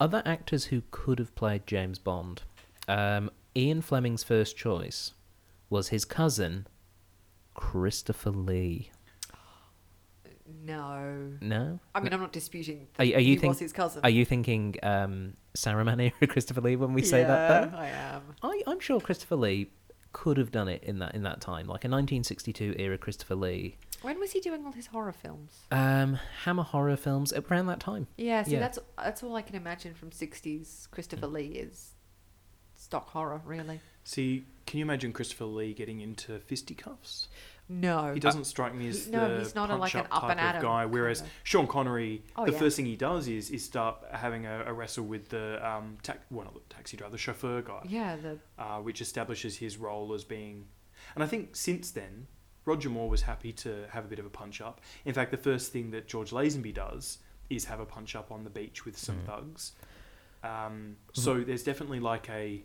other actors who could have played James Bond, um, Ian Fleming's first choice was his cousin Christopher Lee. No. No, I mean, I'm not disputing Are, are that you he think, was his cousin. Are you thinking um, Saruman [LAUGHS] era Christopher Lee when we say that? Yeah, Though? I am. I, I'm sure Christopher Lee could have done it in that in that time, like a 1962 era Christopher Lee. When was he doing all his horror films? Um, Hammer horror films around that time. Yeah, see, Yeah. Mm. that's that's all I can imagine from '60s Christopher Lee is stock horror, really. See, can you imagine Christopher Lee getting into fisticuffs? No, He doesn't strike me as Uh, he- no, the he's not a, like, an punch-up up and type at 'em of guy. kind Whereas of. Sean Connery, Oh, the yeah. first thing he does is is start having a, a wrestle with the um, ta- well, not the taxi driver, the chauffeur guy, Yeah, the uh, which establishes his role as being. And I think since then, Roger Moore was happy to have a bit of a punch up. In fact, the first thing that George Lazenby does is have a punch up on the beach with Mm. some thugs. Mm-hmm. Um, so there's definitely like a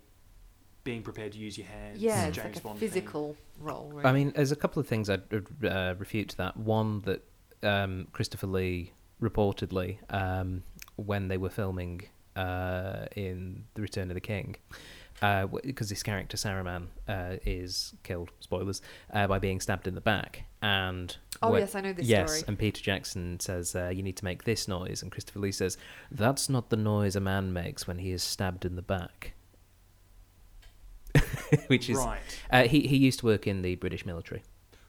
being prepared to use your hands. yeah, it's James like a Bond thing. physical role. Really. I mean, there's a couple of things I'd uh, refute to that. One that um, Christopher Lee reportedly, um, when they were filming uh, in The Return of the King, uh, because his character Saruman uh, is killed, spoilers, uh, by being stabbed in the back. And oh when- yes, I know this yes, story. and Peter Jackson says uh, you need to make this noise, and Christopher Lee says that's not the noise a man makes when he is stabbed in the back, [LAUGHS] which is right. uh, he he used to work in the British military,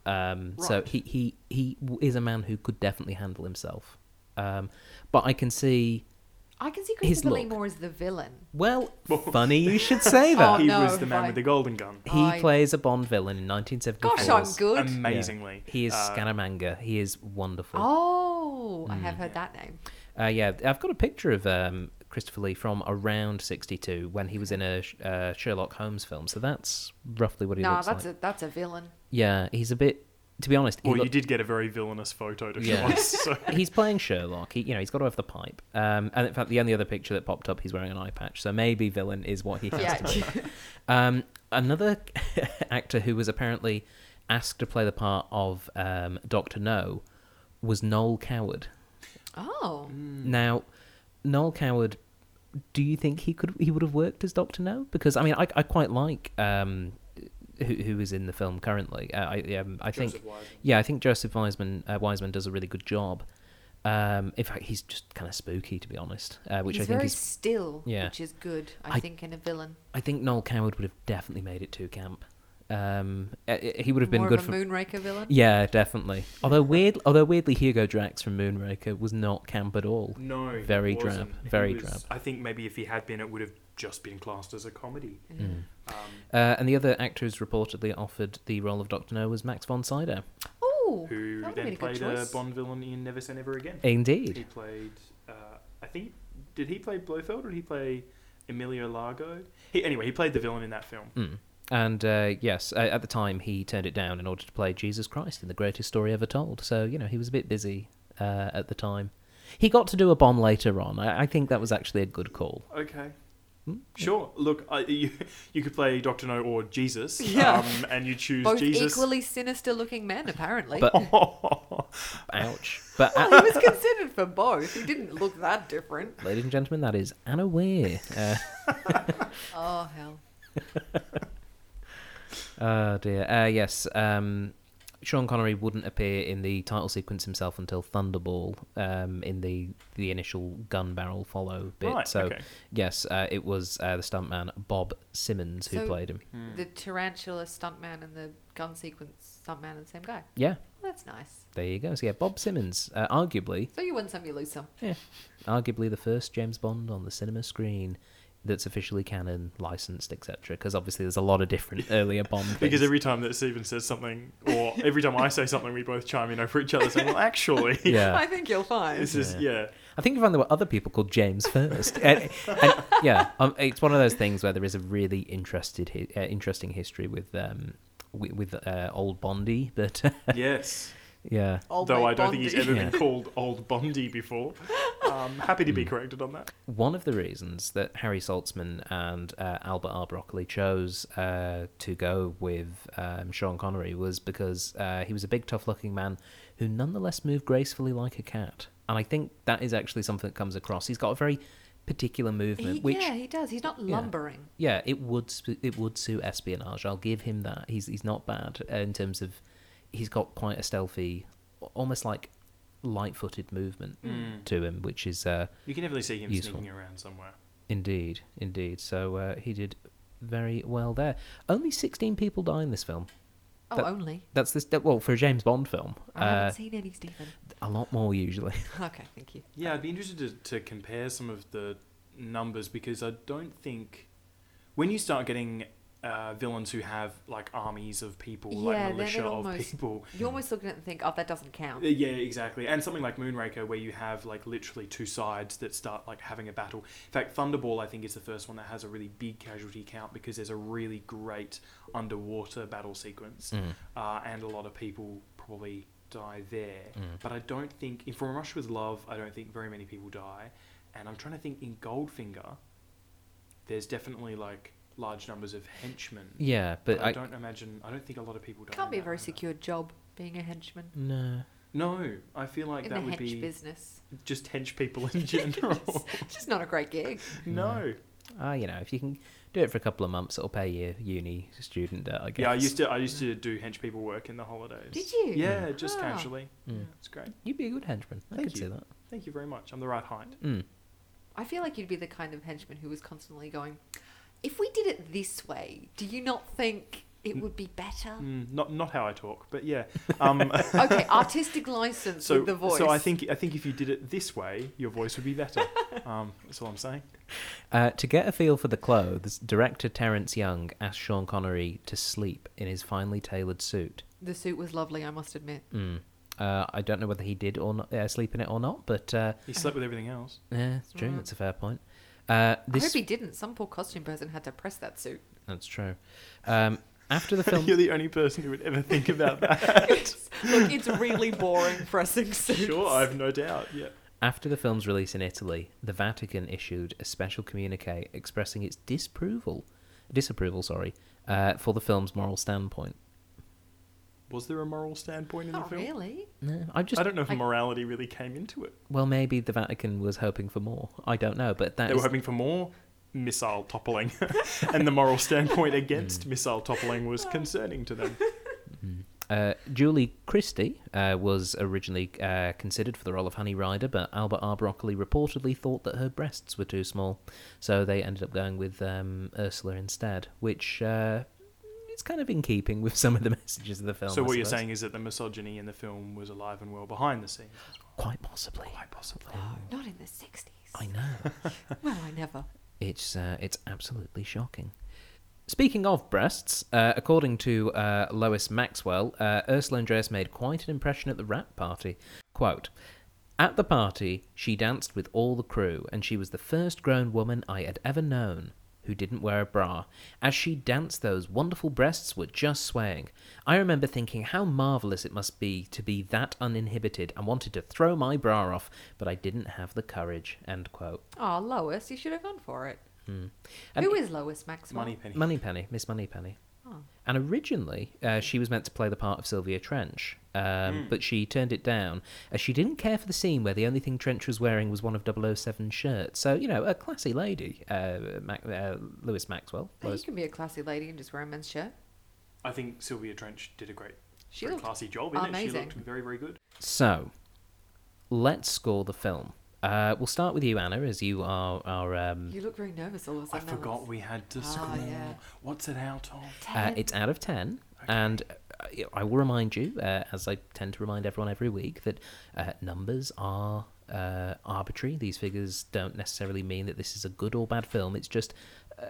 um, so Right. he he he w- is a man who could definitely handle himself. Um, but I can see. I can see his Christopher Lee look. more as the villain. [LAUGHS] Well, funny you should say Oh, that. he no, was the man fine. with the golden gun. he Oh, I- plays a Bond villain in 1974. Gosh, I'm good. Um, Amazingly. He is Uh, Scaramanga. He is wonderful. Oh, I have Mm. heard that name. Uh, yeah, I've got a picture of um, Christopher Lee from around 62 when he was in a sh- uh, Sherlock Holmes film. So that's roughly what he Nah, looks that's like. a that's a villain. Yeah, he's a bit. To be honest, he Well, look- you did get a very villainous photo to Yeah. show us. [LAUGHS] So. he's playing Sherlock. He, you know, he's got to have the pipe. Um, and in fact, the only other picture that popped up, he's wearing an eye patch. So maybe villain is what he has Yeah, to be. Um, another [LAUGHS] actor who was apparently asked to play the part of um, Doctor No was Noel Coward. [LAUGHS] oh, Mm. Now, Noel Coward, do you think he could he would have worked as Doctor No? Because I mean, I, I quite like um, who who is in the film currently. Uh, I um, I think yeah, I think Joseph Wiseman uh, Wiseman does a really good job. Um, in fact, he's just kind of spooky to be honest, uh, which I he's think very is still, Yeah. which is good, I, I- think, in a villain. I think Noel Coward would have definitely made it to camp. Um, uh, he would have been more good of a for Moonraker villain. yeah, [LAUGHS] definitely. Although weird, although weirdly, Hugo Drax from Moonraker was not camp at all. No. he Very wasn't. drab, He very was- drab. I think maybe if he had been, it would have just been classed as a comedy. Mm. Um, Uh, and the other actor who's reportedly offered the role of Doctor No was Max von Sydow. Oh, who that would have been then a good played a, choice. Bond villain in Never Say Never Again. He Indeed. played, uh, I think, did he play Blofeld or did he play Emilio Largo? He, anyway, he played the villain in that film. Mm. And uh, yes, uh, at the time he turned it down in order to play Jesus Christ in the greatest story ever told. So you know he was a bit busy uh, at the time. He got to do a Bond later on. I, I think that was actually a good call. Hmm. Okay. Sure. Look, I, you, [LAUGHS] you could play Doctor No or Jesus, Yeah. um, and you choose Both Jesus. equally sinister looking men, apparently. But [LAUGHS] ouch. But [LAUGHS] Well, he was considered for both. He didn't look that different. ladies and gentlemen, that is Anna Weir. Uh, Oh, hell. Oh dear. Uh, yes. Um, Sean Connery wouldn't appear in the title sequence himself until Thunderball um, in the the initial gun barrel follow bit. Right, so okay. yes, uh, it was uh, the stuntman Bob Simmons who So- played him. Hmm. The tarantula stuntman and the gun sequence stuntman are the same guy. Yeah, Well, that's nice. there you go. So yeah, Bob Simmons, uh, arguably, So you win some, you lose some. yeah, arguably the first James Bond on the cinema screen that's officially canon, licensed, etc. Because obviously there's a lot of [LAUGHS] different earlier Bond. Because things. every time that Stephen says something, [LAUGHS] or every time I say something, we both chime in over each other saying, well, actually, [LAUGHS] yeah, [LAUGHS] I think you'll find. [LAUGHS] this is, yeah. I think we found there were other people called James first. and, and, yeah, um, it's one of those things where there is a really interested, hi- uh, interesting history with um, with, with uh, old Bondy, but [LAUGHS] Yes. [LAUGHS] yeah, Old Though mate I don't think he's Bondi. [LAUGHS] ever been Yeah. Hmm. called Old Bondi before. Um, happy to be corrected on that. one of the reasons that Harry Saltzman and uh, Albert R. Broccoli chose uh, to go with um, Sean Connery was because uh, he was a big, tough-looking man who nonetheless moved gracefully like a cat, and I think that is actually something that comes across. He's got a very particular movement, He- which yeah, he does. He's not Yeah. lumbering. Yeah, it would sp- it would suit espionage. I'll give him that. He's he's not bad uh, in terms of he's got quite a stealthy, almost like light-footed movement Hmm. to him, which is uh, You can definitely see him Useful. sneaking around somewhere. indeed indeed. So uh, he did very well there. Only sixteen people die in this film. Oh, That- only. That's this that, well for a James Bond film. I haven't Uh, seen any, Stephen. [LAUGHS] a lot more usually. Okay, thank you. Yeah, I'd be interested to, to compare some of the numbers because I don't think when you start getting uh, villains who have like armies of people, Yeah, like then militia it of almost- people. You almost look at it and think, oh, that doesn't Uh, count. Yeah, exactly. And something like Moonraker, where you have like literally two sides that start like having a battle. In fact, Thunderball, I think, is the first one that has a really big casualty count because there's a really great underwater battle sequence, Mm, uh, and a lot of people probably die there. mm. But I don't think in From Rush with Love, I don't think very many people die. And I'm trying to think in Goldfinger, there's definitely like large numbers of henchmen. Yeah, But, but I, I, don't imagine. I don't think a lot of people die. Can't in be a that very either. secure job being a henchman no. No, I feel like in the that would hench be [LAUGHS] business. just hench people [LAUGHS] in general. It's [LAUGHS] just not a great gig. no. Ah, you know, if you can do it for a couple of months, it'll pay your uni student debt. I guess. Yeah, I used to I used to do hench people work in the holidays. Did you? Yeah, just Ah. casually. Mm. Yeah, it's great. You'd be a good henchman. I Thank could see you. that. Thank you very much. I'm the right height. Mm. I feel like you'd be the kind of henchman who was constantly going, if we did it this way, do you not think it would be better? Mm, not not how I talk, but yeah. [LAUGHS] Um, [LAUGHS] okay, artistic license so with the voice. so I think I think if you did it this way, your voice would be [LAUGHS] better. um, that's all I'm saying. Uh, to get a feel for the clothes, director Terence Young asked Sean Connery to sleep in his finely tailored suit. the suit was lovely, I must admit. Mm. Uh, I don't know whether he did or not, uh, sleep in it or not, but uh, He slept with everything else. yeah, it's true. Mm. That's a fair point. Uh, I this hope he didn't. Some poor costume person had to press that [LAUGHS] suit. that's true. Um, after the film, You're the only person who would ever think about that. Look, it's really boring pressing suits. [LAUGHS] sure, I've no doubt. Yeah. after the film's release in Italy, the Vatican issued a special communique expressing its disapproval, disapproval, sorry, uh, for the film's moral standpoint. Was there a moral standpoint in the Not film? really. No, I just I don't know if I- morality really came into it. well, maybe the Vatican was hoping for more. I don't know, but that They were is- hoping for more missile toppling, [LAUGHS] and the moral standpoint Hmm. against missile toppling Ah. was concerning to them. Uh, Julie Christie uh, was originally uh, considered for the role of Honey Ryder, but Albert R. Broccoli reportedly thought that her breasts were too small, so they ended up going with um, Ursula instead, which uh, is kind of in keeping with [LAUGHS] some of the messages of the film. so I what you're suppose. saying is that the misogyny in the film was alive and well behind the scenes. Quite possibly. Um, Quite possibly. Not in the 60s. I know. Well, I never. It's uh, it's absolutely shocking. Speaking of breasts, uh, according to uh, Lois Maxwell, uh, Ursula Andreas made quite an impression at the rap party. Quote. At the party, she danced with all the crew, and she was the first grown woman I had ever known who didn't wear a bra. As she danced, those wonderful breasts were just swaying. I remember thinking how marvellous it must be to be that uninhibited and wanted to throw my bra off, but I didn't have the courage. End quote. Oh, Lois, you should have gone for it. Hmm. And Who is Lois Maxwell? Money penny. Moneypenny, Miss Moneypenny. Oh. And originally, uh, she was meant to play the part of Sylvia Trench, um, but she turned it down as she didn't care for the scene where the only thing Trench was wearing was one of 007's shirts. So, you know, a classy lady, uh, Mac- uh, Lewis Maxwell. Hey, Lois- you can be a classy lady and just wear a men's shirt. I think Sylvia Trench did a great, She very looked classy job in it. She amazing. looked very, very good. So, let's score the film. Uh, we'll start with you, Anna, as you are our. Um, You look very nervous all of a I sudden. forgot we had to Ah, score. yeah. What's it out of? uh, it's out of 10. And uh, I will remind you, uh, as I tend to remind everyone every week, that uh, numbers are uh, arbitrary. These figures don't necessarily mean that this is a good or bad film. It's just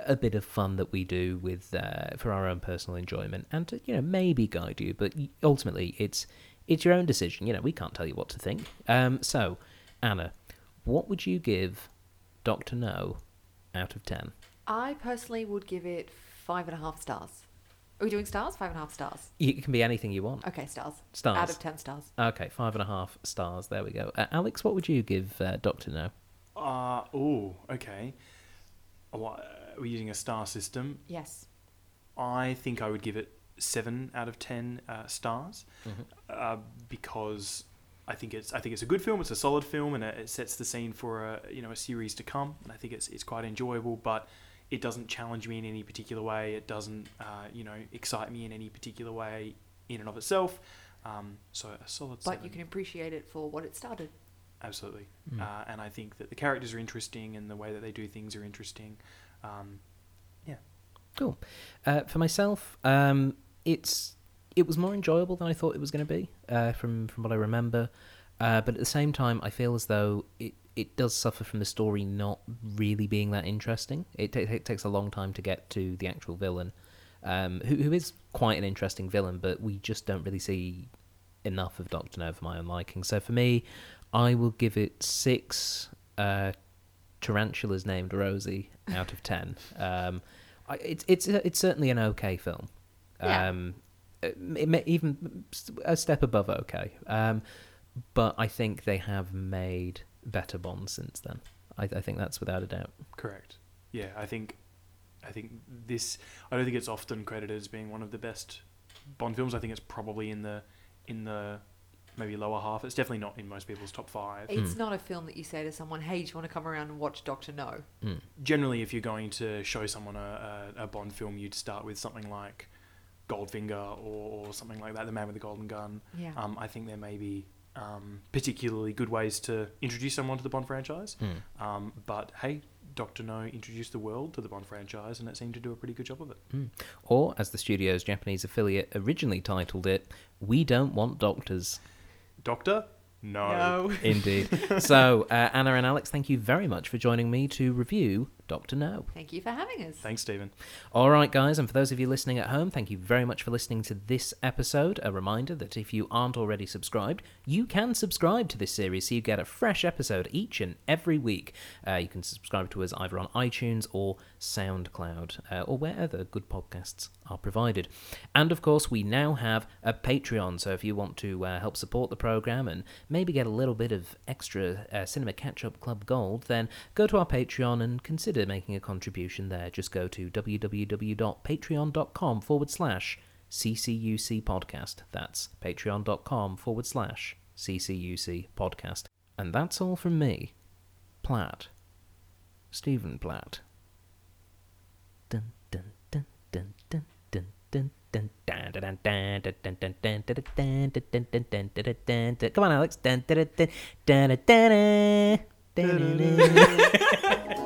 a bit of fun that we do with uh, for our own personal enjoyment, and to, you know maybe guide you. But y- ultimately, it's it's your own decision. You know, we can't tell you what to think. Um, so, Anna, what would you give Doctor No out of ten? I personally would give it five and a half stars. Are we doing stars? Five and a half stars. It can be anything you want. Okay, stars. Stars. Out of ten stars. Okay, five and a half stars. There we go. Uh, Alex, what would you give uh, Doctor No? Uh, oh, okay. Uh, wha- We're using a star system. Yes. I think I would give it seven out of ten uh, stars uh, because I think it's I think it's a good film. It's a solid film, and it, it sets the scene for a you know a series to come. And I think it's it's quite enjoyable, but it doesn't challenge me in any particular way. It doesn't uh, you know excite me in any particular way in and of itself. Um, so a solid. But seven. you can appreciate it for what it started. Absolutely. Mm. Uh, and I think that the characters are interesting and the way that they do things are interesting. Um, Cool. Uh, for myself, um, it's it was more enjoyable than I thought it was going to be uh, from from what I remember. Uh, but at the same time, I feel as though it, it does suffer from the story not really being that interesting. It, ta it takes a long time to get to the actual villain, um, who, who is quite an interesting villain, but we just don't really see enough of Doctor No for my own liking. So for me, I will give it six uh, tarantulas named Rosie out of ten. Um, I, it's it's uh, it's certainly an okay film. Yeah. Um, it may even a step above okay. Um, but I think they have made better Bonds since then. I, I think that's without a doubt. correct. Yeah, I think, I think this. I don't think it's often credited as being one of the best Bond films. I think it's probably in the, in the, maybe lower half. It's definitely not in most people's top five. It's not a film that you say to someone, "Hey, do you want to come around and watch Doctor No?" Generally, if you're going to show someone a, a, a Bond film, you'd start with something like Goldfinger or, or something like that, The Man with the Golden Gun. Yeah. Um, I think there may be um, particularly good ways to introduce someone to the Bond franchise. Um, but hey, Doctor No introduced the world to the Bond franchise, and it seemed to do a pretty good job of it. Or, as the studio's Japanese affiliate originally titled it, "We don't want doctors." Doctor, Oh, no. Indeed. so, uh, Anna and Alex, thank you very much for joining me to review Doctor No. Thank you for having us. Thanks, Stephen. All right, guys, and for those of you listening at home, thank you very much for listening to this episode. A reminder that if you aren't already subscribed, you can subscribe to this series so you get a fresh episode each and every week. Uh, you can subscribe to us either on iTunes or SoundCloud uh, or wherever good podcasts are provided. And of course, we now have a Patreon, so if you want to uh, help support the program and maybe get a little bit of extra uh, Cinema Catch Up Club gold, then go to our Patreon and consider making a contribution there. Just go to www.patreon.com forward slash CCUC podcast. That's patreon.com forward slash CCUC podcast. And that's all from me, Platt. Stephen Platt. Dun, dun, dun, dun, dun, dun, dun, dun, dun, dun, dun, dun, dun, dun, dun, dun, dun, dun, dun, dun, dun, dun, dun, dun, dun. Come on, Alex. Dun, dun, dun, dun, dun, dun, dun, dun, dun, dun.